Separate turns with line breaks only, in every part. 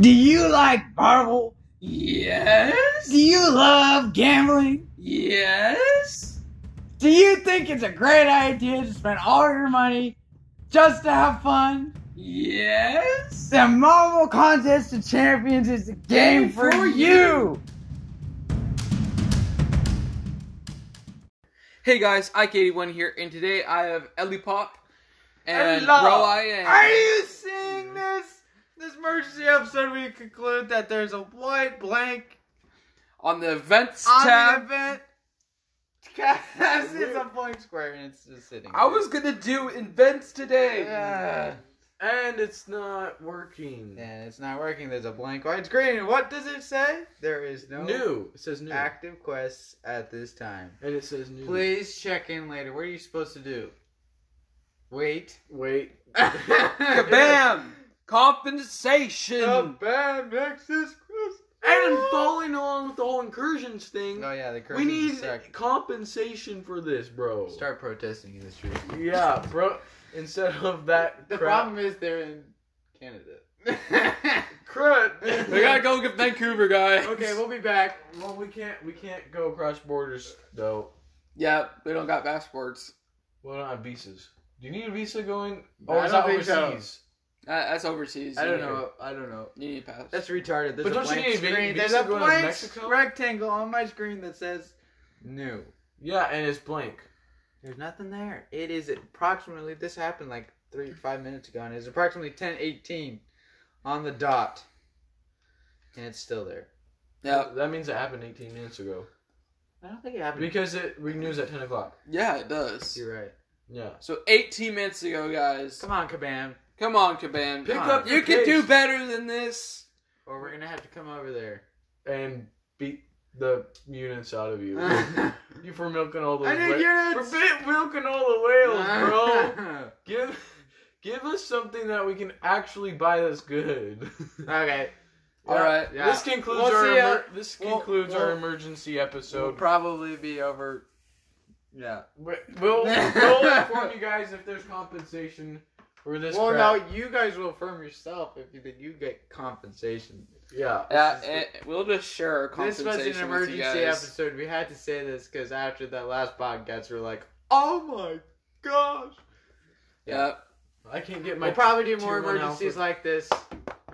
Do you like Marvel?
Yes.
Do you love gambling?
Yes.
Do you think it's a great idea to spend all your money just to have fun?
Yes.
The Marvel Contest of Champions is a game for you!
Hey guys, I Katie1 here, and today I have Ellie Pop and
Hello.
Bro I
Are
am.
you seeing this? This emergency episode, we conclude that there's a white blank
On the events
on the
tab.
event. Cass is a blank square and it's just sitting.
I was gonna do events today.
Yeah.
And it's not working.
And it's not working. There's a blank white screen. What does it say? There is no
New. It says new.
active quests at this time.
and it says new.
Please check in later. What are you supposed to do? Wait.
Wait.
Kabam!
Kabam! Compensation!
Kabam! Nexus Quest.
And following along with the whole incursions thing,
Oh yeah, the
we
curses
need
suck.
compensation for this, bro.
Start protesting in the street.
Yeah, bro. Instead of that,
The
crap.
problem is they're in Canada.
Crud. we gotta go get Vancouver, guys.
okay, we'll be back.
Well, we can't, we can't.
Go across borders though.
yeah, they don't got passports.
Well, not visas. Do you need a visa going?
Oh, is that overseas?
Uh, that's overseas.
I don't
You need-
know. I don't know.
You need a pass.
That's retarded. There's
But
a
don't you
blank
need a vi-
screen.
visa
There's a
going to
blank
Mexico?
rectangle on my screen that says new.
Yeah, and it's blank.
There's nothing there. It is approximately. This happened like three, five minutes ago, and it's approximately ten eighteen on the dot, and it's still there.
yeah,
That means it happened 18 minutes ago.
I don't think it happened.
Because it renews at 10 o'clock.
yeah, it does.
You're right.
Yeah.
So 18 minutes ago, guys.
Come on, Kabam.
Come on, Kaban.
Pick
on.
up your
You can
case
do better than this.
Or we're gonna have to come over there.
and beat the units out of you.
I
you for milking all those.
need
whales.
units.
For bit- milking all the whales, bro. give, give us something that we can actually buy that's good.
okay.
All right.
Yeah.
This concludes
We'll
our
see ya.
emer- this
We'll-
concludes our
we'll-
emergency
It'll
episode.
probably be over. Yeah.
We- We'll, we'll inform you guys if there's compensation for this.
well,
crap.
now you guys will affirm yourself if you think you get compensation.
yeah.
Yeah,
This is
eh, we'll just share our
This was an
compensation with you
emergency
guys.
episode. We had to say this because after that last podcast, we are like, "Oh my gosh!"
Yeah,
I can't get my.
We'll probably do more
tier one
emergencies
alpha.
like this.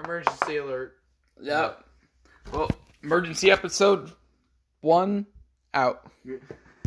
Emergency alert.
yeah. Well, emergency episode one out.